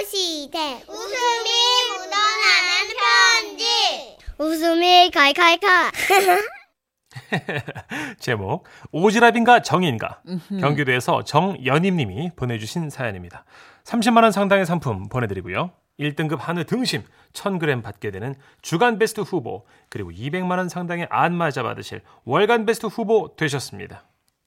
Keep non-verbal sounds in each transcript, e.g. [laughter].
시대 웃음이 묻어나는 편지 웃음이 칼칼칼 제목 오지랖인가 정의인가 경기도에서 정연임님이 보내주신 사연입니다. 30만 원 상당의 상품 보내드리고요. 1등급 한우 등심 1000g 받게 되는 주간 베스트 후보 그리고 200만 원 상당의 안마자 받으실 월간 베스트 후보 되셨습니다.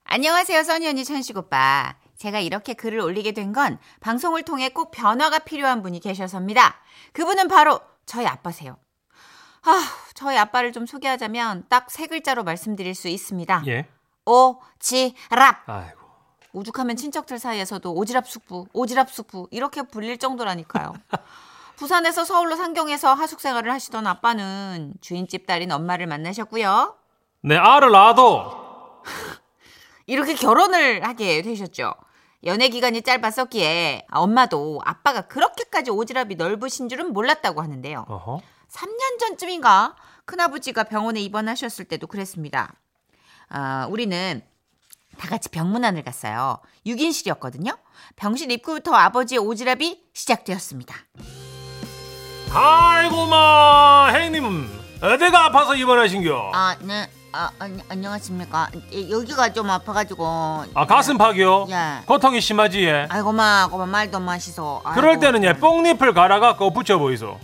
안녕하세요, 써니 언니, 천식 오빠. 제가 이렇게 글을 올리게 된 건 방송을 통해 꼭 변화가 필요한 분이 계셔서입니다. 그분은 바로 저희 아빠세요. 아, 저희 아빠를 좀 소개하자면 딱 세 글자로 말씀드릴 수 있습니다. 예. 오지랖. 아이고. 오죽하면 친척들 사이에서도 오지랖 숙부, 오지랖 숙부 이렇게 불릴 정도라니까요. 부산에서 서울로 상경해서 하숙 생활을 하시던 아빠는 주인집 딸인 엄마를 만나셨고요. 내 네, 알을 놔둬. 이렇게 결혼을 하게 되셨죠. 연애 기간이 짧았었기에 엄마도 아빠가 그렇게까지 오지랖이 넓으신 줄은 몰랐다고 하는데요. 어허. 3년 전쯤인가 큰아버지가 병원에 입원하셨을 때도 그랬습니다. 아, 우리는 다 같이 병문안을 갔어요. 6인실이었거든요. 병실 입구부터 아버지의 오지랖이 시작되었습니다. 아이고마 행님 어디가 아파서 입원하신겨? 아, 네. 아, 안녕하십니까. 예, 여기가 좀 아파가지고. 아 가슴 파기요. 예. 고통이 심하지. 예. 네. 아이고, 마, 고마, 말도 마시소. 그럴 때는 예 뽕잎을 갈아갖고 붙여 보이소.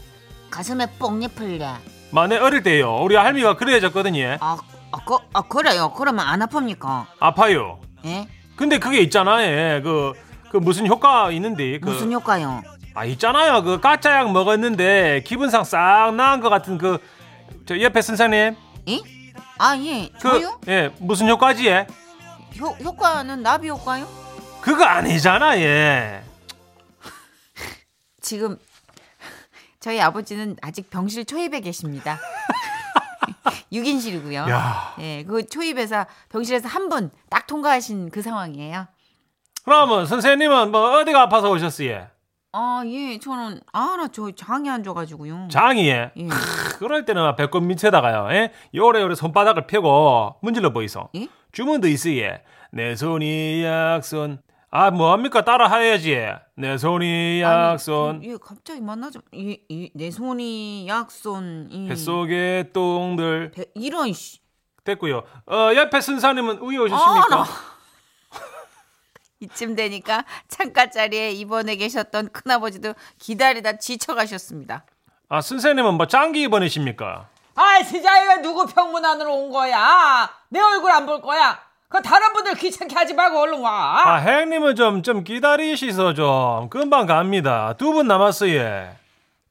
가슴에 뽕잎을 내. 만에 어릴 때요 우리 할미가 그래졌거든요 아, 아, 그, 아, 그래요. 그러면 안 아픕니까? 아파요 예? 근데 그게 있잖아요 그, 그 무슨 효과 있는데 그, 무슨 효과요? 아 있잖아요 그 가짜약 먹었는데 기분상 싹 나은 것 같은 그 저 옆에 선생님 예? 아, 예. 저요? 그예 무슨 효과지 예 효, 효과는 나비 효과요? 그거 아니잖아 예 지금 [laughs] 저희 아버지는 아직 병실 초입에 계십니다. [laughs] 6인실이고요. 야. 예, 그 초입에서 병실에서 한 분 딱 통과하신 그 상황이에요. 그러면 선생님은 뭐 어디가 아파서 오셨어요 아, 예. 저는 아, 나 저 장이 안 줘 가지고요. 장이 예 예. 크, 그럴 때는 막 배꼽 밑에다가요 예 요래요래 손바닥을 펴고 문질러 보이소 예? 주문도 있어요. 내 손이 약손. 아 뭐합니까 따라 해야지. 내 손이 [laughs] 약손. 예, 갑자기 만나자. 예, 예, 내 손이 약손이 예. 뱃속에 똥들 배- 이런 씨. 됐고요. 어 옆에 순사님은 우유 오셨습니까? 아, 이쯤 되니까 창가 자리에 입원해 계셨던 큰아버지도 기다리다 지쳐가셨습니다. 아 순사님은 뭐 장기 입원이십니까? 아, 진짜 이거 누구 평문안으로 온 거야? 내 얼굴 안 볼 거야? 그 다른 분들 귀찮게 하지 말고 얼른 와. 아 행님은 좀 좀 기다리시서 좀 금방 갑니다. 두 분 남았어요.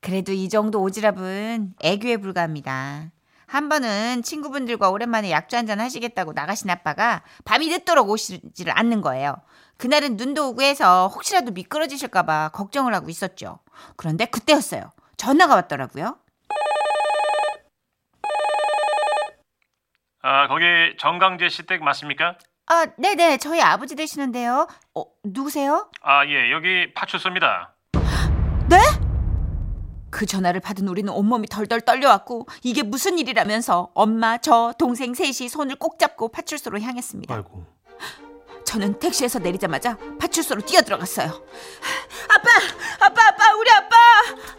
그래도 이 정도 오지랖은 애교에 불과합니다. 한 번은 친구분들과 오랜만에 약주 한잔 하시겠다고 나가신 아빠가 밤이 늦도록 오시지를 않는 거예요. 그날은 눈도 오고 해서 혹시라도 미끄러지실까봐 걱정을 하고 있었죠. 그런데 그때였어요. 전화가 왔더라고요. 아 거기 정강제 시댁 맞습니까? 아, 네네. 저희 아버지 되시는데요. 어, 누구세요? 아 예 여기 파출소입니다. 그 전화를 받은 우리는 온몸이 덜덜 떨려왔고 이게 무슨 일이라면서 엄마, 저, 동생 셋이 손을 꼭 잡고 파출소로 향했습니다. 아이고. 저는 택시에서 내리자마자 파출소로 뛰어들어갔어요. 아빠, 아빠, 아빠, 우리 아빠,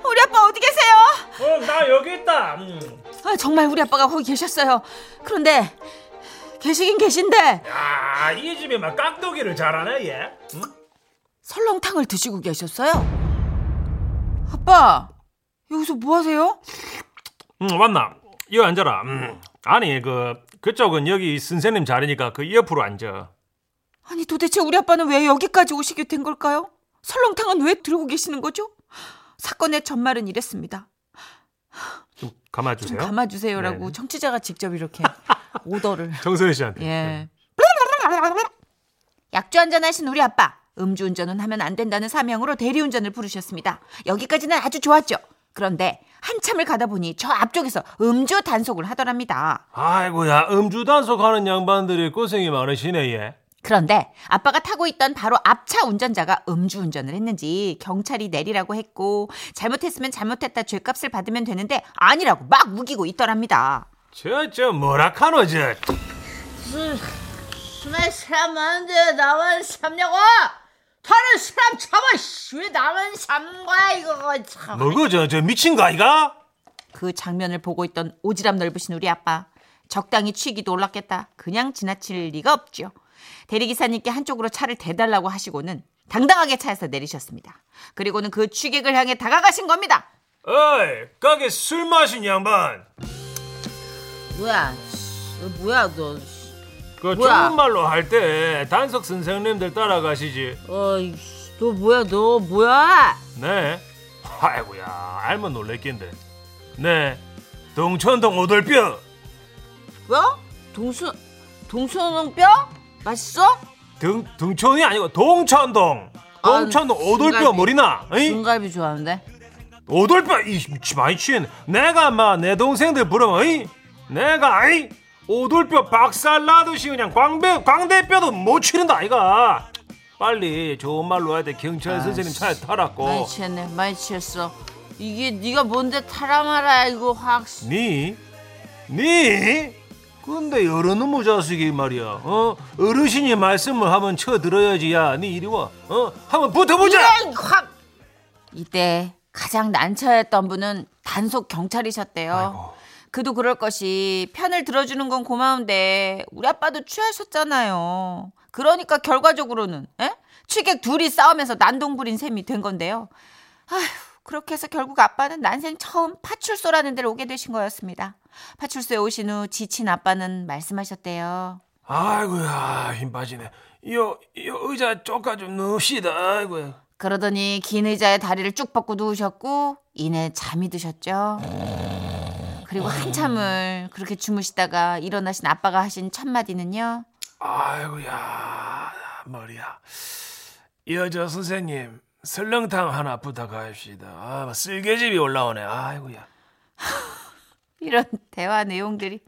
우리 아빠 어디 계세요? 어나 여기 있다. 음. 아, 정말 우리 아빠가 거기 계셨어요. 그런데 계시긴 계신데 야이 집에 막 깍두기를 잘하네 얘. 설렁탕을 드시고 계셨어요. 아빠 여기서 뭐 하세요? 음, 맞나? 여기 앉아라. 음. 아니, 그, 그쪽은 여기 선생님 자리니까 그 옆으로 앉아. 아니 도대체 우리 아빠는 왜 여기까지 오시게 된 걸까요? 설렁탕은 왜 들고 계시는 거죠? 사건의 전말은 이랬습니다. 좀 감아주세요. 좀 감아주세요라고 네. 청취자가 [laughs] 직접 이렇게 오더를 정선희 씨한테. 예 약주 한잔 하신 우리 아빠 음주운전은 하면 안 된다는 사명으로 대리운전을 부르셨습니다 여기까지는 아주 좋았죠 그런데 한참을 가다 보니 저 앞쪽에서 음주 단속을 하더랍니다 아이고야, 음주 단속하는 양반들이 고생이 많으시네, 예. 얘. 그런데 아빠가 타고 있던 바로 앞차 운전자가 음주운전을 했는지 경찰이 내리라고 했고 잘못했으면 잘못했다 죄값을 받으면 되는데 아니라고 막 우기고 있더랍니다 저, 저, 뭐라 카노, 저. 스매시 하면 안 돼. 나만 참냐고? 다른 사람 참아, 씨. 왜 나만 삼과 이거 참. 뭐고 저, 저 미친 거 아이가? 그 장면을 보고 있던 오지랖 넓으신 우리 아빠 적당히 취기도 올랐겠다. 그냥 지나칠 리가 없죠. 대리기사님께 한쪽으로 차를 대달라고 하시고는 당당하게 차에서 내리셨습니다. 그리고는 그 취객을 향해 다가가신 겁니다. 어이 가게 술 마신 양반 뭐야? 뭐야 너? 그 뭐야? 좋은 말로 할 때 단석 선생님들 따라가시지 어너 뭐야 너 뭐야? 네 아이고야 알면 놀랬긴데 네 동천동 오돌뼈 뭐? 동수 동수농뼈 맛있어? 등, 등촌이 아니고 동천동 동천동 아, 오돌뼈 중간이- 머리나 이 중갈비 좋아하는데. 오돌뼈 이 미치 많이 취했네 내가 마내 동생들 부르면 이 내가 이 오돌뼈 박살 나듯이 그냥 광배 광대뼈도 못 치른다 아이가 빨리 좋은 말로 해야 돼 경찰 선생님 차에 타라고 많이 취했네 많이 취했어. 이게 네가 뭔데 타라마라 이거 확. 니? 니? 근데 여러 놈의 자식이 말이야 어? 어르신이 말씀을 한번 쳐들어야지 야니 이리 와 어? 한번 붙어보자 예, 이때 가장 난처했던 분은 단속 경찰이셨대요. 아이고. 그도 그럴 것이 편을 들어주는 건 고마운데 우리 아빠도 취하셨잖아요. 그러니까 결과적으로는 에? 취객 둘이 싸우면서 난동부린 셈이 된 건데요. 아휴 그렇게 해서 결국 아빠는 난생 처음 파출소라는 데를 오게 되신 거였습니다. 파출소에 오신 후 지친 아빠는 말씀하셨대요. 아이고야 힘 빠지네. 요, 요 의자 쪼까 좀 넣읍시다. 아이고야. 그러더니 긴 의자에 다리를 쭉 뻗고 누우셨고 이내 잠이 드셨죠. 그리고 한참을 그렇게 주무시다가 일어나신 아빠가 하신 첫 마디는요. 아이고야 머리야. 여자 선생님 설렁탕 하나 부탁합시다. 아, 쓸개집이 올라오네. 아이고야. 이런 대화 내용들이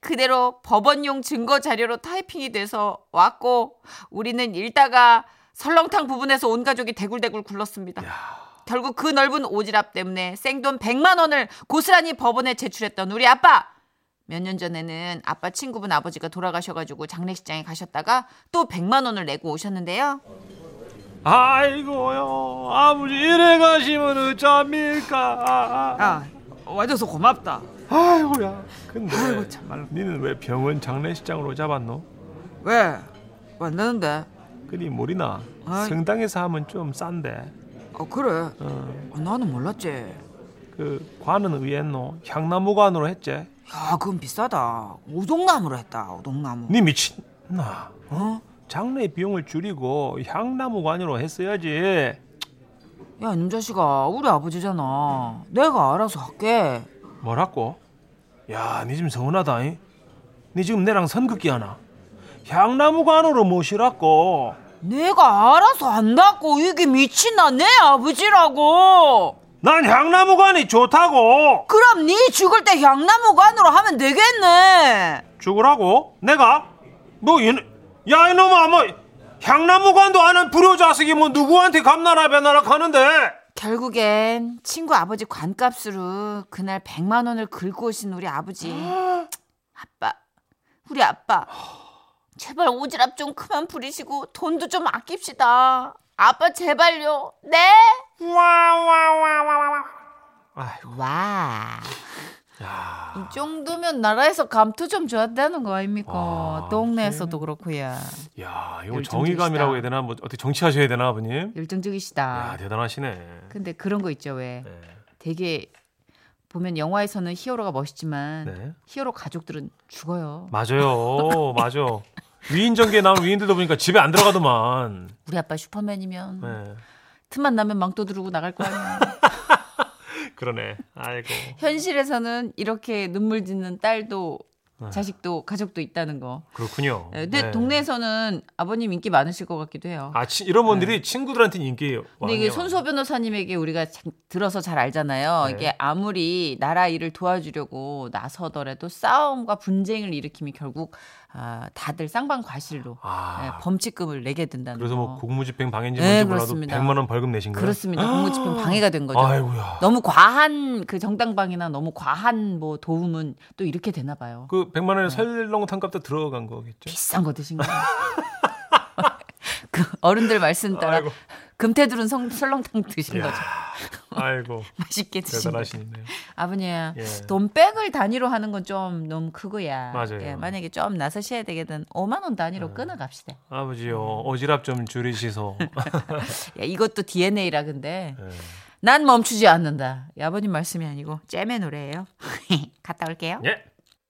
그대로 법원용 증거 자료로 타이핑이 돼서 왔고 우리는 읽다가 설렁탕 부분에서 온 가족이 대굴대굴 굴렀습니다. 결국 그 넓은 오지랖 때문에 생돈 100만 원을 고스란히 법원에 제출했던 우리 아빠. 몇 년 전에는 아빠 친구분 아버지가 돌아가셔가지고 장례식장에 가셨다가 또 100만 원을 내고 오셨는데요. 아이고요 아버지 이래 가시면 어쩝니까. 아, 아. 야, 와줘서 고맙다. 아이고야. 근데 아이고, 참말로. 니는 왜 병원 장례식장으로 잡았노? 왜? 왜안 되는데? 그니 몰이나 아이. 성당에서 하면 좀 싼데. 어, 그래. 어, 어, 나는 몰랐지. 그 관은 의했노 향나무관으로 했지. 야, 그건 비싸다. 오동나무로 했다. 오동나무. 니 미친나 어? 장례 비용을 줄이고 향나무관으로 했어야지 야, 이놈 자식아. 우리 아버지잖아. 내가 알아서 할게. 뭐라고? 야니 지금 서운하다 잉니 지금 내랑 선긋기 하나 향나무관으로 모시라고 내가 알아서 한다고. 이게 미친나 내 아버지라고. 난 향나무관이 좋다고 그럼 네 죽을 때 향나무관으로 하면 되겠네. 죽으라고? 내가? 뭐 이놈 야 이놈아 뭐 향나무관도 아는 불효자식이 뭐 누구한테 감나라 배나라 하는데 결국엔 친구 아버지 관값으로 그날 100만 원을 긁고 오신 우리 [gasps] 아버지. 아빠, 우리 아빠. 제발 오지랖 좀 그만 부리시고 돈도 좀 아낍시다. 아빠 제발요. 네? 와. 이 정도면 나라에서 감투 좀 줘야 되는 거 아닙니까? 와, 동네에서도 그렇고요. 야 이거 열정적이시다. 정의감이라고 해야 되나 뭐 어떻게 정치하셔야 되나 아버님 열정적이시다. 야 대단하시네 근데 그런 거 있죠 왜? 네. 되게 보면 영화에서는 히어로가 멋있지만 네. 히어로 가족들은 죽어요. 맞아요 맞아 위인 전기에 나온 위인들도 보니까 집에 안 들어가더만 우리 아빠 슈퍼맨이면 네. 틈만 나면 망토 두르고 나갈 거 아니야. [laughs] 그러네 아이고 현실에서는 이렇게 눈물 짓는 딸도 자식도 가족도 있다는 거. 그렇군요 예, 근데 네. 동네에서는 아버님 인기 많으실 것 같기도 해요. 아 치, 이런 분들이 친구들한테는 인기예요 네. 근데 이게 손소 변호사님에게 우리가 자- 들어서 잘 알잖아요. 네. 이게 아무리 나라 일을 도와주려고 나서더라도 싸움과 분쟁을 일으키면 결국 아, 다들 쌍방 과실로 예, 아 범칙금을 내게 된다는 그래서 뭐 거. 공무집행 방해인지 뭔지 네, 몰라도 그렇습니다. 100만 원 벌금 내신 거예요? 그렇습니다. 공무집행 방해가 된 거죠. 아. 아이고야 너무 과한 그 정당방이나 너무 과한 뭐 도움은 또 이렇게 되나 봐요. 네. 그 [laughs] 100만 원에 설렁탕값도 들어간 거겠죠 비싼 거 드신 거예요. 그 어른들 말씀 따라 아이고. 금태두른 성- 설렁탕 드신 이야, 거죠. 아이고 맛있게 드신 거죠. 대단하시네요. 아버님 예. 돈백을 단위로 하는 건 좀 너무 크고야. 맞아요. 예. 예, 만약에 좀 나서셔야 되거든 5만 원 단위로 끊어갑시다. 아버지요 오지랖 좀 줄이시소. 야, 예, 이것도 DNA라 근데 예. 난 멈추지 않는다. 이 아버님 말씀이 아니고 잼의 노래예요. [laughs] 갔다 올게요. 예.